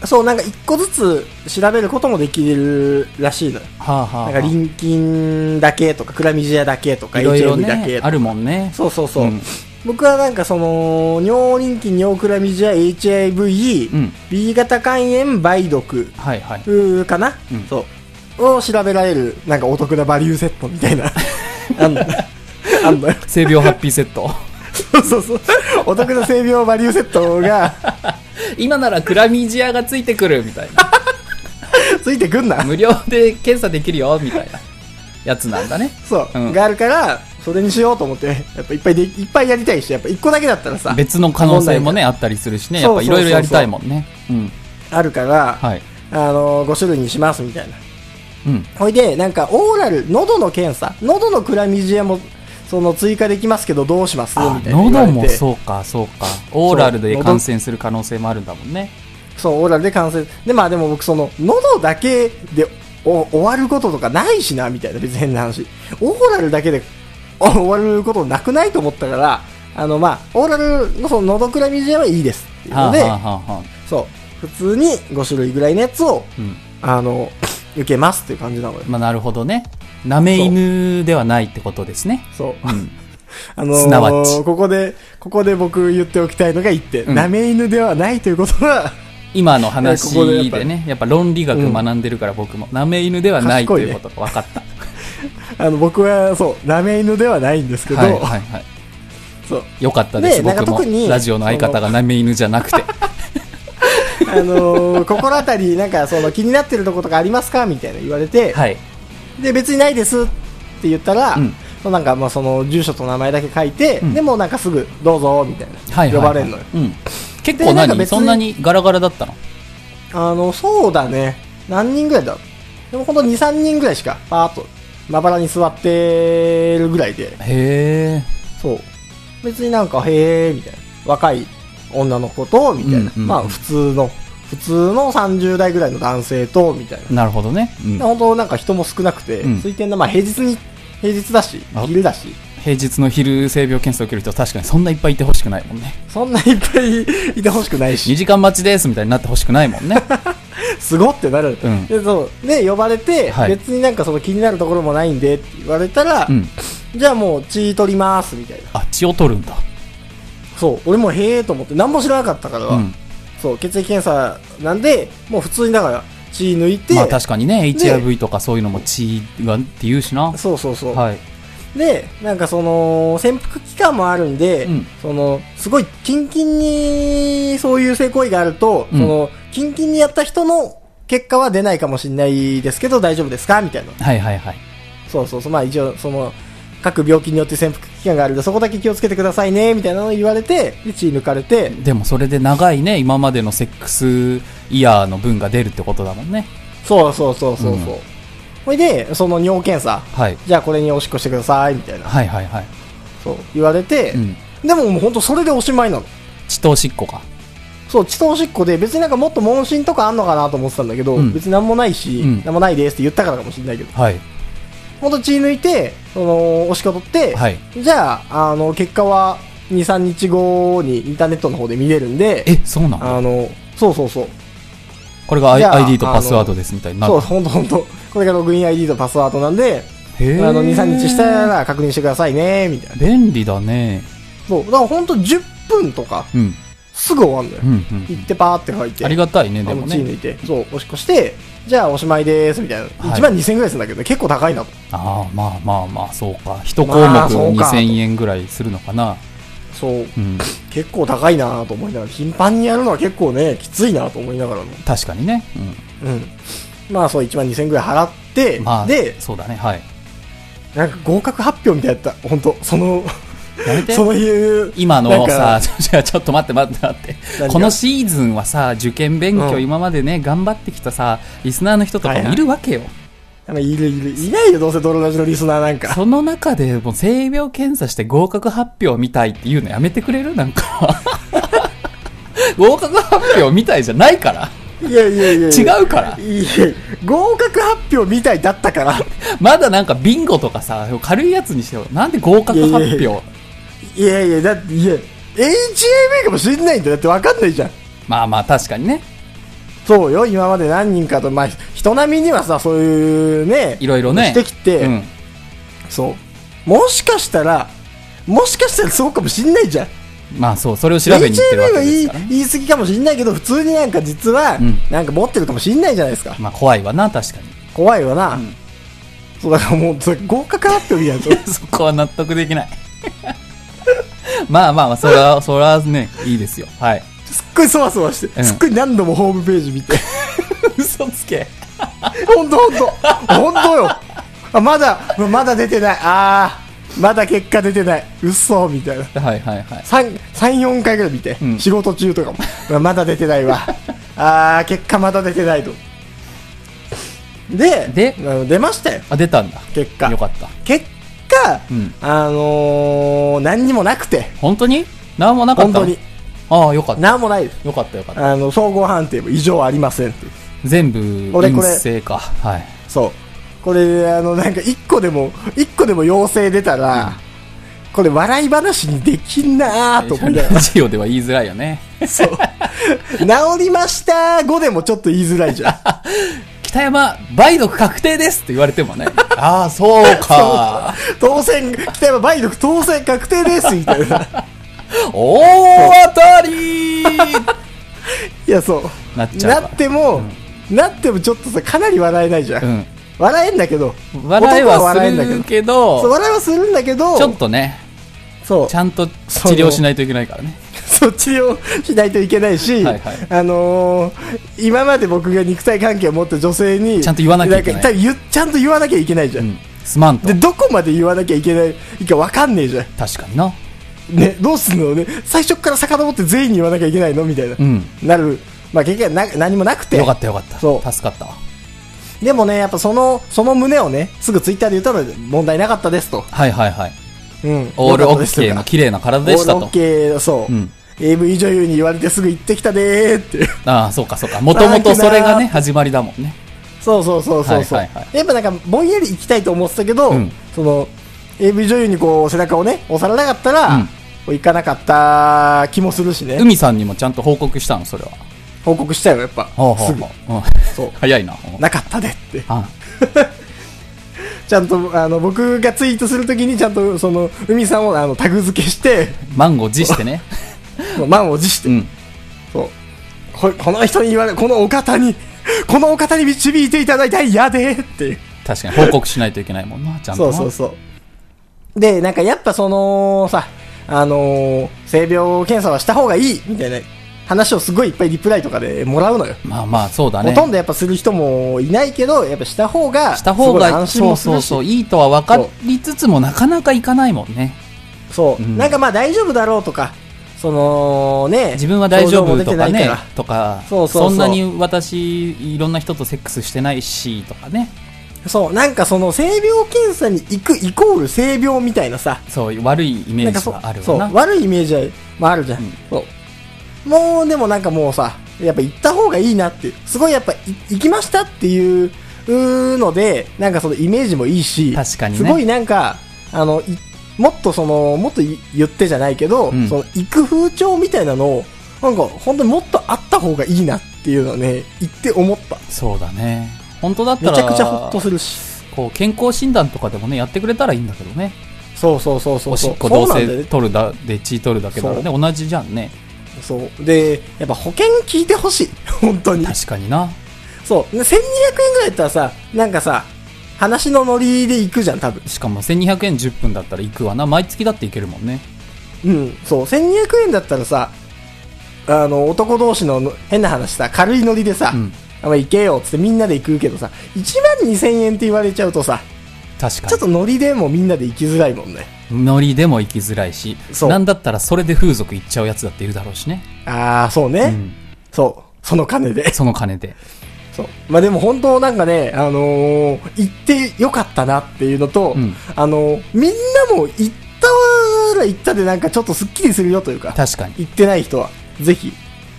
A: そう、なんか1個ずつ調べることもできるらしいのよ。
B: はあはあ
A: な
B: はあ。
A: んか、リンキンだけとか、クラミジアだけとか、
B: いろいろ
A: HMV だけ
B: ね
A: と、か。
B: あるもんね。
A: そうそうそう。
B: うん
A: 僕はなんかその、尿リンキン、尿クラミジア、HIV、
B: うん
A: B 型肝炎、梅毒、
B: はいはい。
A: うーかな、
B: うん
A: そう。を調べられる、なんかお得なバリューセットみたいな。あんの。 あんのよ。
B: 性病ハッピーセット。
A: そうそうそう。お得な性病バリューセットが、
B: 今ならクラミジアがついてくるみたい な。
A: ついてくんな。
B: 無料で検査できるよみたいなやつなんだね。
A: そう、
B: うん
A: があるから、それにしようと思って、やっぱいっぱいで、いっぱいやりたいし、やっぱ一個だけだったらさ、
B: 別の可能性もね、あったりするしね。やっぱいろいろやりたいもんね。うん。
A: あるから、
B: はい。
A: あの、5種類にしますみたいな。
B: うん。
A: ほいで、なんか、オーラル、喉の検査、喉のクラミジアも、その、追加できますけど、どうしますみたいな言われ
B: 喉
A: て。
B: もそうか、そうか。オーラルで感染する可能性もあるんだもんね。
A: そう、オーラルで感染。で、まあでも僕、その、喉だけでお終わることとかないしな、みたいな、別に変な話。オーラルだけでお終わることなくないと思ったから、あの、まあ、オーラルのその、喉クラミジアはいいです。っていう
B: はあ
A: ので、
B: はあはあはあ
A: そう、普通に5種類ぐらいのやつを、
B: うん。
A: あの、受けますっていう感じなのよ。
B: まあなるほどね。舐め犬ではないってことですね。
A: そう。
B: うん。
A: あのー
B: すなわち
A: ここで、ここで僕言っておきたいのが一点。
B: うん
A: 舐め犬ではないということは、
B: 今の話
A: えここでやっぱ
B: でね、やっぱ論理学学んでるから僕も、舐め犬ではないということが分かった。
A: あの、僕は、そう、舐め犬ではないん ですけど、
B: はいはいはい。
A: そう、
B: よかったです、
A: ねなんか
B: 僕も
A: 特に。
B: ラジオの相方が舐め犬じゃな くて。
A: あのー心当たり、なんか、その、気になってるとことかありますかみたいな言われて、
B: はい。
A: で、別にないですって言ったら、
B: うん
A: そうなんか、まあ、その、住所と名前だけ書いて、
B: うん
A: でも、なんかすぐ、どうぞ、みたいな、
B: はいはい、
A: 呼ばれるのよ。
B: うん。結
A: で
B: 構
A: なんか
B: 何
A: 別に
B: そんなにガラガラだったの
A: あの、そうだね。何人ぐらいだでも、ほんと2、3人ぐらいしか、パーっと、まばらに座ってるぐらいで、
B: へえ。
A: そう。別になんか、へえー、みたいな。若い女の子と、みたいな。
B: うんうんうん
A: まあ、普通の、普通の30代ぐらいの男性と、みたいな。
B: なるほどね。うん
A: 本当なんか人も少なくて、
B: うん
A: 推定な、まあ、平日に、平日だし
B: あ、
A: 昼だし、
B: 平日の昼性病検査を受ける人は確かにそんないっぱいいてほしくないもんね。
A: そんないっぱい いてほしくない
B: 2
A: し、
B: 時間待ちですみたいになってほしくないも んね。
A: すごってなる。
B: うん
A: で、そう。で、呼ばれて、
B: はい
A: 別になんかその気になるところもないんでって言われたら、
B: うん。
A: じゃあもう血取ります、みたいな。
B: あ、血を取るんだ。
A: そう。俺もへえと思って、何も知らなかったから、
B: うん。
A: そう、血液検査なんで、もう普通にだから、血抜いて、
B: まあ確かにね、HIV とかそういうのも血がって言うしな。
A: そうそうそう。
B: はい。
A: で、なんかその、潜伏期間もあるんで、
B: うん
A: その、すごい、キンキンに、そういう性行為があると、
B: うん
A: その、キンキンにやった人の結果は出ないかもしれないですけど、大丈夫ですかみたいな。
B: はいはいはい。
A: そうそうそう、まあ一応、その、各病気によって潜伏期間があるんで、そこだけ気をつけてくださいね、みたいなのを言われて、で血抜かれて、
B: でもそれで長いね、今までのセックスイヤーの分が出るってことだもんね。
A: そうそうそうそうそう。
B: うん
A: ほいで、その尿検査、
B: はい。
A: じゃあこれにおしっこしてください、みたいな、
B: はいはいはい。
A: そう、言われて、
B: うん。
A: でももうほんとそれでおしまいなの。
B: 血とおしっこか。
A: そう、血とおしっこで、別になんかもっと問診とかあんのかなと思ってたんだけど、
B: うん
A: 別になんもないし、
B: うん
A: なんもないですって言ったからかもしれないけど、
B: はい。
A: ほんと血抜いて、その、おしっこ取って、
B: はい。
A: じゃあ、あの、結果は2、3日後にインターネットの方で見れるんで、
B: え、そうなの
A: あの、そうそうそう。
B: これが I-
A: じゃあ
B: ID とパスワードですみたいになる
A: そう、。ほんとほんと。これがログイン ID とパスワードなんで、
B: へー
A: あの、2、3日したら確認してくださいね、みたいな。
B: 便利だね。
A: そう、だからほんと10分とか、
B: うん。
A: すぐ終わるんだよ
B: うん。う。
A: 行っ
B: ん。
A: てパーって書いて。
B: ありがたいね、
A: で
B: でも
A: も血抜
B: ね。
A: いて、そう、おしっこして、じゃあおしまいですみたいな、
B: はい
A: 1万2000円ぐらいするんだけどね結構高いなと
B: ああまあまあまあそうか1項目
A: まあそうか
B: 2000円ぐらいするのかな、
A: そう
B: うん、
A: 結構高いなと思いながら頻繁にやるのは結構ねきついなと思いながらの
B: 確かにね、
A: うんまあそう1万2000円ぐらい払って、
B: うん、まあ
A: で
B: そうだねはい
A: なんか合格発表みたいだった本当その
B: やめて
A: そういう
B: 今
A: なん
B: の
A: か
B: さ、 じゃあちょっと待って待って待って
A: 何。が
B: このシーズンはさ、受験勉強
A: うん
B: 今までね、頑張ってきたさ、リスナーの人と
A: は
B: か
A: いは
B: も
A: い
B: いるわけよ。
A: なんかいるいるいないよどうせ泥ラジのリスナーなんか
B: その中で、もう性病検査して合格発表みたいっていうのやめてくれるなんか。合格発表みたいじゃないから。
A: いやいやいやいや
B: 違うから。
A: いや合格発表みたいだったから
B: まだなんかビンゴとかさ、軽いやつにしてよ。なんで合格発
A: いやいやい
B: 表
A: やいやいやだっていや HAB かもしんないんだよだってわかんないじゃん
B: まあまあ確かにね。
A: そうよ今まで何人かとまあ人並みにはさそういうね
B: いろいろね。
A: してきて、
B: うん。
A: そうもしかしたらもしかしたらそうかもしんないじゃん
B: まあそう、それを調べに行ってるわ
A: HAB
B: け
A: は
B: で
A: 言
B: す
A: い
B: からね。
A: 言い過ぎかもしんないけど普通になんか実は、
B: うん
A: なんか持ってるかもしんないじゃないですか
B: まあ怖いわな、確かに。
A: 怖いよな、
B: ん
A: そうだからもうそれ合格発 表みたいな
B: そこは納得できない。 まあまあまあ、それは、それはね、いいですよ。はい。
A: すっごいそわそわして、
B: うん
A: すっごい何度もホームページ見て
B: 嘘つけ。
A: 本当本当本当よあまだまだ出てないあーまだ結果出てない嘘みたいな
B: はいはいはい。
A: 34回ぐらい見て、
B: うん
A: 仕事中とかも うわまだ出てないわあー結果まだ出てないとで
B: で
A: あの出ましたよ
B: あ、出たんだ。
A: 結果
B: よかった。
A: 結果、
B: うん
A: あのー、何にもなくて
B: 本当に何もなかった
A: 本当
B: の
A: に。
B: ああ、よかった。
A: 何もないです
B: よかったよかった。
A: あの総合判定も異常ありませんっていう
B: 全部、
A: 俺これ
B: 陰性か。はい。
A: そうこれあのなんか1個でも一個でも陽性出たら、これ笑い話にできんなーと思いなが
B: ラジオでは言いづらいよね。
A: ら そう治りましたー5でもちょっと言いづらいじゃん
B: 北山、梅毒確定ですって言われて もね。ああ、そうか。
A: 当選、北山梅毒当選確定ですみたいな。
B: 大当た り
A: いや、そう。
B: なっちゃう
A: な
B: か
A: っても、なってもちょっとさ、かなり笑えないじゃん。
B: うん。
A: 笑えんだけど。
B: 笑い
A: 男
B: は
A: 笑えんだ
B: す
A: け
B: る
A: ど。そう、
B: けど、
A: 笑いはするんだけど、
B: ちょっとね、
A: そう
B: ち、ゃんと治療しないといけないからね。
A: そっちをしないといけないし、
B: はいはい
A: あのー今まで僕が肉体関係を持った女性に、
B: ちゃんと言わなきゃいけない
A: んか多分言ちゃんと言わなきゃいけないじゃ。
B: うんん。すまんと
A: で、。どこまで言わなきゃいけないかわかんねえじゃん。
B: 確かにな。
A: ね、どうすんのね、最初から遡って全員に言わなきゃいけないのみたいな。
B: うん。
A: なる、まあ、結局はな何もなくて
B: よかったよかった。
A: そう
B: 助かったわ。
A: でもねやっぱそのその胸をねすぐツイッターで言ったので問題なかったですと、
B: はいはいはい。
A: うん、
B: オール
A: よ
B: オ
A: かったで
B: ッ
A: すと
B: ケーの綺麗な体でした
A: オールオ
B: と
A: ッ。ケーそう、
B: うん
A: AV 女優に言われてすぐ行ってきたでーって
B: ああ、そうかそうか。もともとそれがね、始まりだもんね。
A: そうそうそうそうそう、
B: はいはいは
A: やっぱなんかぼんやり行きたいと思ってたけど、
B: うん
A: その AV 女優にこう背中をね押されなかったら、
B: うん
A: こう行かなかった気もするしね
B: 海さんにもちゃんと報告したの、それは。
A: 報告したよやっぱ
B: ほうほ
A: す
B: う
A: ぐ
B: ほう。うん
A: そう
B: 早いな。うん
A: なかったでって
B: あ
A: ちゃんとあの僕がツイートするときにちゃんとその海さんをあのタグ付けして
B: 満を持してね。
A: もう満を持して、
B: うん。
A: そうここの人に言われこのお方に このお方に導いていただいたいやでっていう
B: 確かに報告しないといけないもんな、ちゃんと
A: そう
B: な。
A: そうそうでなんかやっぱそのさあのー性病検査はした方がいいみたいな話をすごいいっぱいリプライとかでもらうのよ、
B: まあまあ、そうだ
A: ほ
B: ね。
A: とんどやっぱする人もいないけどやっぱした方が
B: した方
A: すごい
B: が、
A: 安心
B: そ
A: も
B: う
A: す
B: そ
A: る
B: う
A: し
B: そう、いいとは分かりつつも、なかなかいかないもんね。
A: そう、
B: うん
A: なんかまあ大丈夫だろうとか、そのね、
B: 自分は大丈
A: 症
B: 夫
A: 状も出
B: とか
A: てない
B: ね
A: ら、
B: とか、
A: そうそうそう
B: そんなに私、いろんな人とセックスしてないし、とかね。
A: そう、なんかその性病検査に行くイコール性病みたいなさ、
B: そう、悪いイメ
A: な
B: ー
A: んか
B: ジ
A: そ
B: がある
A: そう
B: わな。
A: 悪いイメージは、まあ、あるじゃん,、
B: うん
A: そう。もうでもなんかもうさ、やっぱ行った方がいいなっていう、すごいやっぱい行きましたっていうので、なんかそのイメージもいいし、
B: 確かにね
A: すごいなんか、あの、いもっとその、もっとい言ってじゃないけど、
B: うん
A: その行く風潮みたいなのを、なんか本当にもっとあった方がいいなっていうのをね、言って思った。
B: そうだね。本当だっ
A: め
B: たら、
A: ちゃくちゃホッとするし。
B: こう健康診断とかでもね、やってくれたらいいんだけどね。
A: そうそうそうそう
B: おし
A: そう。
B: っこ
A: そ
B: ど
A: う
B: う
A: なんだよ
B: せ
A: ね。
B: 取るだ、で血取るだけだらね、同じじゃんね。
A: そう。で、やっぱ保険聞いてほしい。本当に。
B: 確かにな。
A: そう、1200円ぐらいだったらさ、なんかさ、話のノリで行くじゃん、多分。
B: しかも1200円10分だったら行くわな。毎月だって行けるもんね。
A: うん、そう、1200円だったらさ、あの、男同士のの変な話さ、軽いノリでさ、
B: うん
A: あまあ行けよっつってみんなで行くけどさ、1万2000円って言われちゃうとさ、
B: 確か
A: ちょっとノリでもみんなで行きづらいもんね。
B: に。ノリでも行きづらいし、
A: そう
B: なんだったらそれで風俗行っちゃうやつだっているだろうしね。
A: ああ、そうね、
B: うん。
A: そう、その金で。
B: その金で。
A: そう。まあでも本当なんかね、あのー行ってよかったなっていうのと、
B: うん
A: あのーみんなも行ったら行ったでなんかちょっとスッキリするよというか、
B: 確かに。
A: 行ってない人は、ぜひ、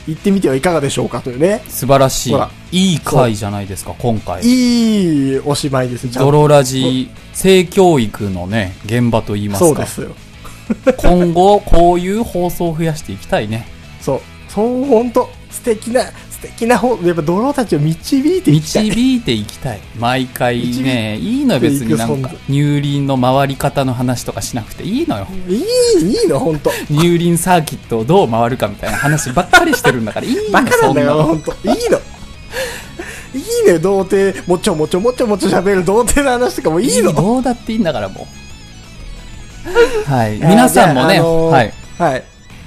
A: 行ってみてはいかがでしょうかというね。
B: 素晴らし
A: ほら
B: い。いい回じゃないですか、今回。
A: いいおしまいですね、ちゃん
B: ド
A: と
B: ロラジ性教育のね、現場といいますか。
A: そうですよ。
B: 今後、こういう放送を増やしていきたいね。
A: そう。そう、本当素敵な、素敵な方、やっぱ泥たちを導いていきたい。
B: 導いていきたい。毎回ね、いいのよ、別になん
A: 導い
B: か
A: ていく。
B: 乳輪の回り方の話とかしなくていいのよ。
A: いい、いいの、本当
B: 乳輪サーキットをどう回るかみたいな話ばっかりしてるんだから、いいの
A: バカな
B: そ
A: ん
B: ん
A: だ
B: な
A: よ、
B: の
A: 本当いいの。いいね、童貞。もちょもちょもちょもちょ喋る童貞の話とかもいいの。
B: どうだっていいんだから、も う。はい。
A: いや
B: 皆さんも
A: じゃあ
B: ね、
A: あのー
B: はい。
A: はい。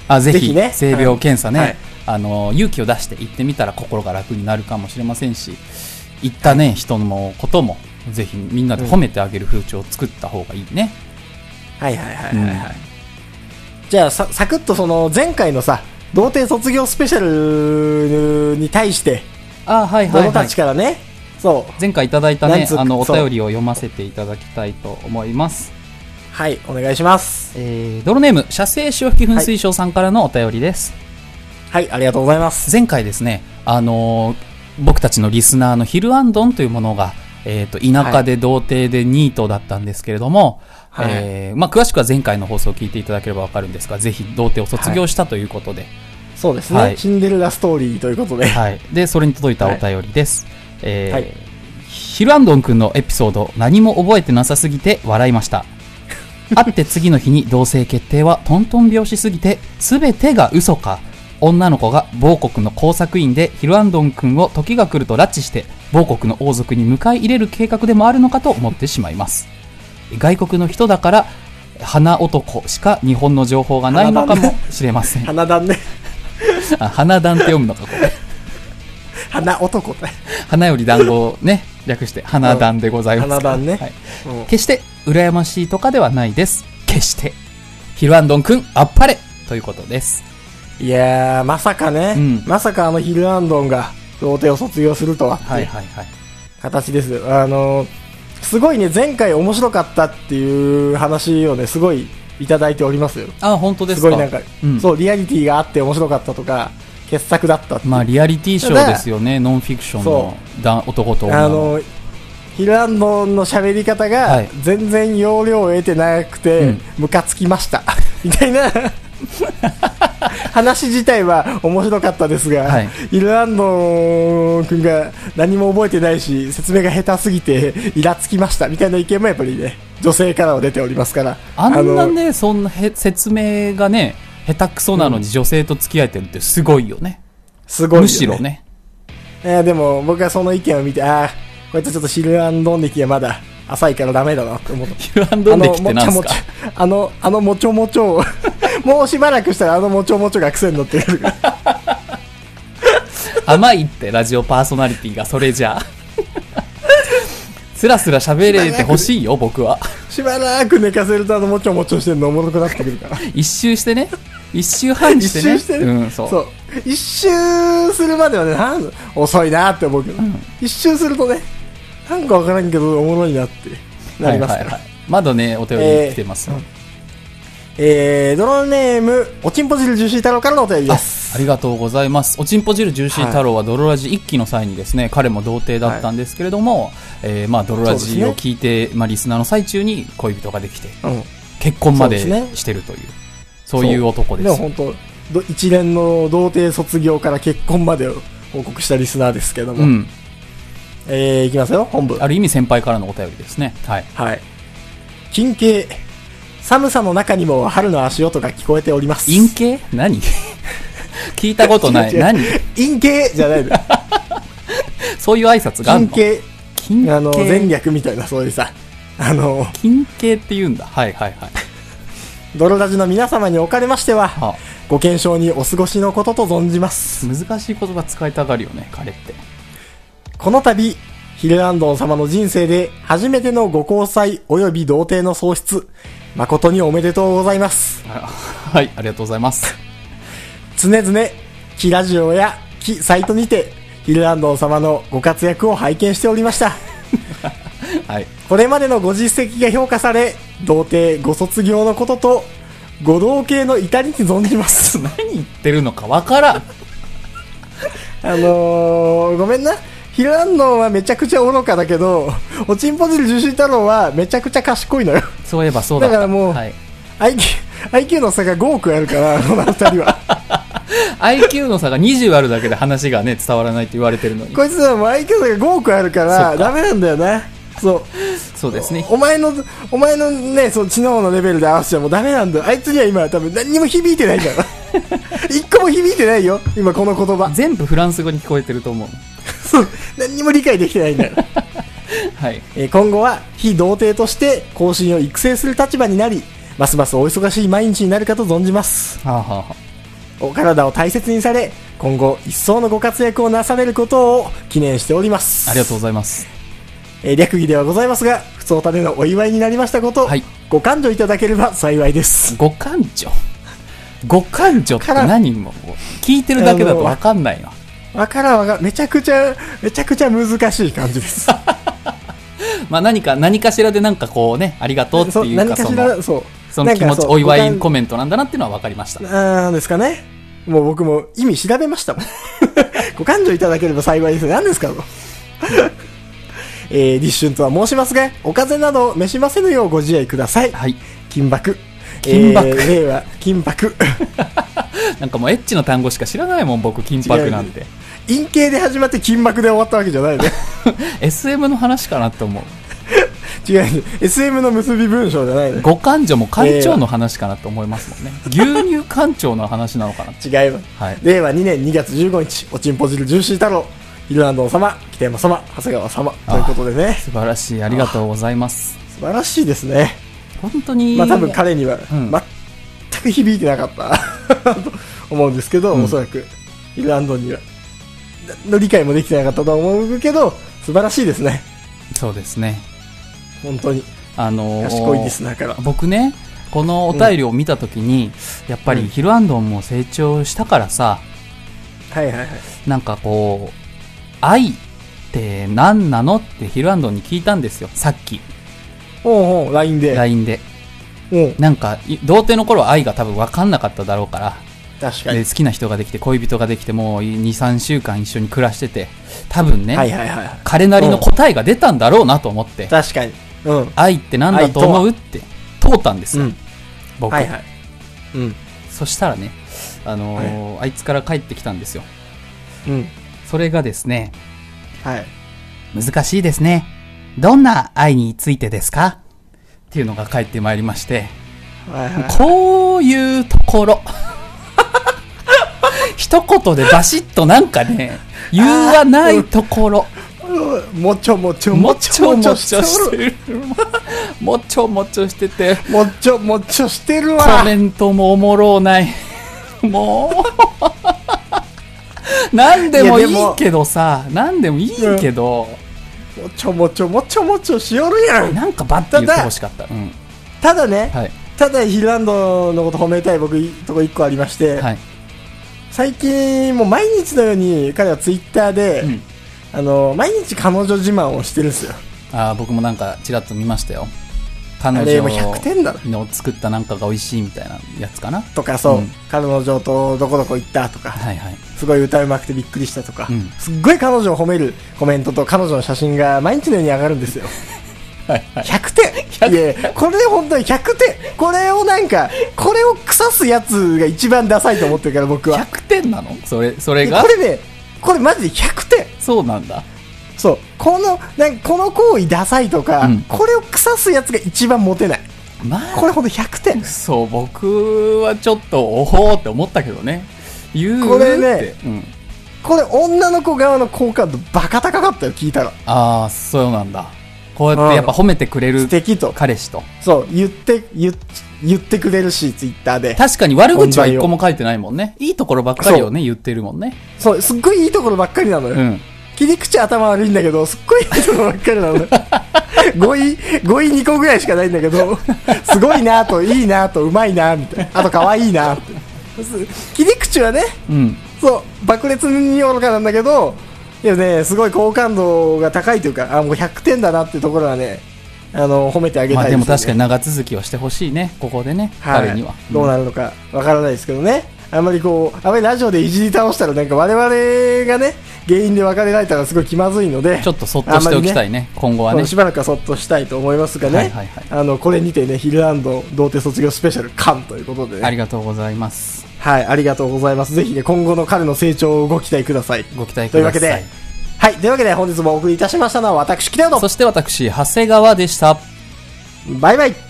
B: あぜ
A: ぜ
B: ひ
A: ひね
B: 性病検査ね、
A: はい
B: あの勇気を出して行ってみたら心が楽になるかもしれませんし行ったね人のこともぜひみんなで褒めてあげる風潮を作った方がいいね、
A: はいはいはいは
B: う
A: い
B: ん
A: はい。じゃあさ、サクッとその前回のさ、童貞卒業スペシャルに対して、
B: あはいはい、
A: 泥
B: は
A: た
B: い
A: ち、からね、そう、
B: 前回いただいた
A: なん
B: ね
A: つうか
B: あのお
A: そう
B: 便りを読ませていただきたいと思います、
A: はい、お願いします。
B: えー、ドロネーム射精潮吹き噴水症さんからのお便りです、
A: はい、ありがとうございます。
B: 前回ですね、あのー僕たちのリスナーのヒルアンドンというものが、えっ、と、田舎で童貞でニートだったんですけれども、
A: はい
B: えーまあ、詳しくは前回の放送を聞いていただければわかるんですが、ぜひ童貞を卒業したということで、
A: そうです
B: は
A: ね
B: い。
A: シンデレラストーリーということで。
B: はい。で、それに届いたお便りです。えー
A: はい
B: ヒルアンドン君のエピソード、何も覚えてなさすぎて笑いました。 会って次の日に同性決定はトントン拍子すぎて、すべてが嘘か。女の子が某国の工作員でヒルアンドン君を時が来ると拉致して、某国の王族に迎え入れる計画でもあるのかと思ってしまいます。外国の人だから、花男しか日本の情報がないのかもしれません。
A: 花壇ね。
B: あ花壇って読むのか、これ。
A: 花男ね。
B: 花より団子を ね、略して花壇でございます。
A: 花壇ね
B: はい
A: うん
B: 決して羨ましいとかではないです。決して。ヒルアンドンくん、あっぱれということです。
A: いやー、まさかね、
B: うん
A: まさかあのヒルアンドンが童貞を卒業するとは、
B: はいはいはい。
A: 形です。あのー、すごいね、前回面白かったっていう話をね、すごいいただいておりますよ。
B: あ、本当ですすか。
A: ごいなんか、
B: うん、
A: そう、リアリティがあって面白かったとか、傑作だったっていう
B: まあ、リアリティショーですよね。ノンフィクションの
A: そ
B: だ男と女
A: あ
B: の。
A: の、ヒルアンドンの喋り方
B: は
A: が
B: い
A: 全然容量を得てなくて、
B: うん
A: ムカつきました。 みたいな。話自体は面白かったですが、
B: はい
A: ヒルアンドン君が何も覚えてないし、説明が下手すぎて、 イラつきましたみたいな意見もやっぱりね、女性からは出ておりますから。
B: あんな
A: の
B: ね、そんなへ説明がね、下手くそなのに女性と付き合えてるってすごいよね。
A: すごいよ、
B: むしろね。
A: えーでも僕はその意見を見て、ああ、こいつちょっとシルアンドン歴がまだ浅いからダメだなって思った。
B: ヒルアンドンできてなんすか
A: あの、もちゃもちゃあの、あのもちょもちょを もうしばらくしたらあのもちょもちょが癖になってくる から。
B: 甘いってラジオパーソナリティがそれじゃ あスラスラ喋れてほしいよ僕は
A: しばらく寝かせるとあのもちょもちょしてるのおもろくなってくるから。
B: 一周してね 一周半して
A: 一
B: ね
A: 周してね、
B: うん、そう
A: 一周するまではね、なん遅いなって思うけど、一周するとね、なんかわからんけどおもろいなってなりますから。
B: はいはいはいまだねお便り来てますよ、
A: えー、ドローンネーム、おちんぽ汁ジューシー太郎からのお便りです。
B: ありがとうございます。おちんぽ汁ジューシー太郎はドロラジ1期の際にですね、彼も童貞だったんですけれども、えーまあドロラジを聞いて、まあリスナーの最中に恋人ができて、
A: うん
B: 結婚まで
A: そうですね
B: してるという、そういう男で
A: でも
B: すよ。
A: 本当ど一連の童貞卒業から結婚までを報告したリスナーですけども、
B: うん。
A: えー、いきますよ本部
B: ある意味先輩からのお便りですね。はい。
A: はい近景寒さの中にも春の足音が聞こえております
B: 陰形何 聞いたことない。
A: 違う違う
B: 何
A: 陰景じゃないの
B: そういう挨拶があ
A: 金
B: るの
A: 系、
B: 金
A: あの、
B: 系
A: 前略みたいな、そういうさ、あの、
B: 金系って言うんだはいはいはい
A: 泥ラジの皆様におかれましては、
B: は
A: ご検証にお過ごしのことと存じます。
B: 難しい言葉使いたがるよね彼って
A: この度、ヒルランドン様の人生で初めてのご交際及び童貞の喪失、誠におめでとうございます。
B: あはいありがとうございます
A: 常々、キラジオやキサイトにて、ヒルランドン様のご活躍を拝見しておりました。
B: はい
A: これまでのご実績が評価され、童貞ご卒業のことと、ご同系の至りに存じます。
B: 何言ってるのかわからん
A: あのー、ごめんな。ヒルランドンはめちゃくちゃ愚かだけど、おちんぽ汁ジューシー太郎はめちゃくちゃ賢いのよ。
B: そういえばそうだった
A: だからもう
B: はい、
A: IQ, IQ の差が5億あるから、この二人 は。
B: IQ の差が20あるだけで話がね伝わらないと言われてるのに
A: こいつはもう IQ の差が5億あるから、
B: そっか
A: ダメなんだよな。そう。
B: そうですね
A: お前の、お前のね、その知能のレベルで合わせちゃもうダメなんだよ。あいつには今多分何にも響いてないんだよ。 一個も響いてないよ、今この言葉。
B: 全部フランス語に聞こえてると思う
A: そう。何にも理解できてないんだよ。
B: はい
A: えー今後は非童貞として後進を育成する立場になり、ますますお忙しい毎日になるかと存じます。
B: はあ、はあは
A: お体を大切にされ、今後一層のご活躍をなされることを記念しております。
B: あ、ありがとうご
A: う。
B: ざいます
A: えー略儀ではございますが、普通おたでのお祝いになりましたこと、
B: はい
A: ご勘定いただければ幸いです。
B: ご感情ご感情って
A: から
B: 何ももう聞いてるだけだと分かんないな
A: わからんわからん。めちゃくちゃ、めちゃくちゃ難しい感じです。
B: まあ何か何かしらでなんかこうねありがとうって
A: そう
B: いうか
A: 何か
B: そ
A: し
B: の
A: ら、そう。
B: その気
A: な
B: 持
A: んか
B: ち
A: そう
B: お祝
A: ご
B: い
A: 勘
B: コメントなんだなっていうのは分かりました
A: なんですかね。もう僕も意味調べましたもん。 ご勘定いただければ幸いです。何ですかと。えー、立春とは申しますが、お風邪など召しませぬようご自愛ください。
B: はい
A: 金箔。
B: 金箔
A: えー令和、金箔。
B: なんかもうエッチな単語しか知らないもん僕金箔なん て
A: 陰形で始まって金箔で終わったわけじゃないね。
B: SM の話かなって思う
A: 違う。SM の結び文章じゃないね。
B: ご感情も館長の話かなって思いますもんね 牛乳館長の話なのかなって
A: 違います。
B: はい
A: 令和2年2月15日、おちんぽ汁ジューシー太郎、イルランドン様、北山様、長谷川様、ということでね、
B: 素晴らしいありがとうございます
A: 素晴らしいですね。
B: 本当に
A: まあ多分彼には
B: ん
A: 全く響いてなかった と思うんですけど、
B: うん
A: おそらくイルランドにはなの理解もできてなかったと思うけど素晴らしいですね
B: そうですね
A: 本当に
B: あのー
A: 賢いリスナーから
B: 僕ねこのお便りを見た時に、やっぱ
A: うん
B: りヒルアンドンも成長したからさ
A: はいはいはい
B: なんかこう愛って何なのってヒルアンドンに聞いたんですよさっき
A: おうおう LINE で
B: LINE で
A: おう
B: なんかい童貞の頃は愛が多分分かんなかっただろうから
A: 確かに
B: で好きな人ができて恋人ができてもう23週間一緒に暮らしてて多分ね、
A: はいはいはいはい
B: 彼なりの答えが出たんだろうなと思って
A: 確かにうん
B: 愛って何だと思うって問うたんです
A: う
B: よ、
A: ん
B: 僕、
A: はいはいうん
B: そしたらね、あのーあいつから帰ってきたんですよ
A: うん
B: それがですね
A: はい
B: 難しいですねどんな愛についてですかっていうのが返ってまいりまして
A: はいはい
B: こういうところ。 一言でバシッとなんかね、言わないところ。
A: うんもちょもちょ
B: もちょもちょし
A: しててる
B: る。もちょもちょしてて、
A: もちょもちょしてるわ
B: コメントもおもろうない。もう。なんでもいいけどさ、なんでもいいけど、
A: もちょもちょもちょもちょしよるやん
B: なんかバッて言ってほしかった。うん。
A: ただね
B: はい。
A: ただヒルランドのこと褒めたい僕いとこ一個ありまして、
B: はい。
A: 最近もう毎日のように彼はツイッターで、
B: うん。
A: あの毎日彼女自慢をしてるんですよ
B: あー僕もなんかちらっと見ましたよ。彼
A: あ
B: 女
A: れもう100点だろ
B: の作ったなんかが美味しいみたいなやつかな
A: とかそう、
B: うん
A: 彼女とどこどこ行ったとか、
B: はいはい
A: すごい歌うまくてびっくりしたとか、
B: うん
A: すっごい彼女を褒めるコメントと彼女の写真が毎日のように上がるんですよ
B: はいはい
A: 100点いやいやこれ本当に100点これをなんかこれを腐すやつが一番ダサいと思ってるから僕は
B: 100点なのそれそれ
A: い
B: が
A: やこれねこれマジで100点
B: そうなんだ
A: そう。この、なんかこの行為ダサいとか、
B: うん
A: これを腐すやつが一番モテない。
B: ま
A: こ
B: あ
A: れほんと100点。
B: そう僕はちょっとおほーって思ったけどね言う
A: これね
B: ってうん
A: これ女の子側の好感度バカ高かったよ聞いたら
B: ああ、そうなんだ。こうやってやっぱ褒めてくれ
A: 素
B: る
A: 敵と
B: 彼氏と。
A: そう言って言っ言ってくれるしツイッターで
B: 確かに悪口は一個も書いてないもんね。いいところばっかりをね、言ってるもんね。
A: そうすっごいいいところばっかりなのよ、
B: うん。
A: 切り口頭悪いんだけどすっごいいいところばっかりなのよ 語彙語彙2個ぐらいしかないんだけどすごいなといいなとうまいなみたいなあと可愛いなってす切り口はね
B: うん。
A: そう爆裂におろかなんだけどいやねすごい好感度が高いというかあもう100点だなっていうところはねあの褒めてあげ
B: ま
A: た
B: あ
A: い
B: でも
A: すよね
B: 確かに長続きをしてほしいね。ここでね、
A: はい、
B: 彼には。
A: どうなるのかわからないですけどね、あんまりこう、あまりラジオでいじり倒したら、なんか我々がね、原因で別れられたらすごい気まずいので、
B: ちょっとそっとしておきたいね、今後は
A: そ
B: ね
A: う。しばらくはそっとしたいと思いますがね、
B: はいはいはい
A: あのこれにてね、ヒルランド童貞卒業スペシャル完ということで
B: あ
A: ね、
B: りがとうございます。
A: はい、ありがとうございます。ぜひね、今後の彼の成長をご期待ください。
B: ご期待
A: と
B: く
A: いうわけ
B: ださ
A: で
B: い。、
A: はい、というわけで本日もお送りいたしましたのは私、北野
B: そして私、長谷川でした。
A: バイバイ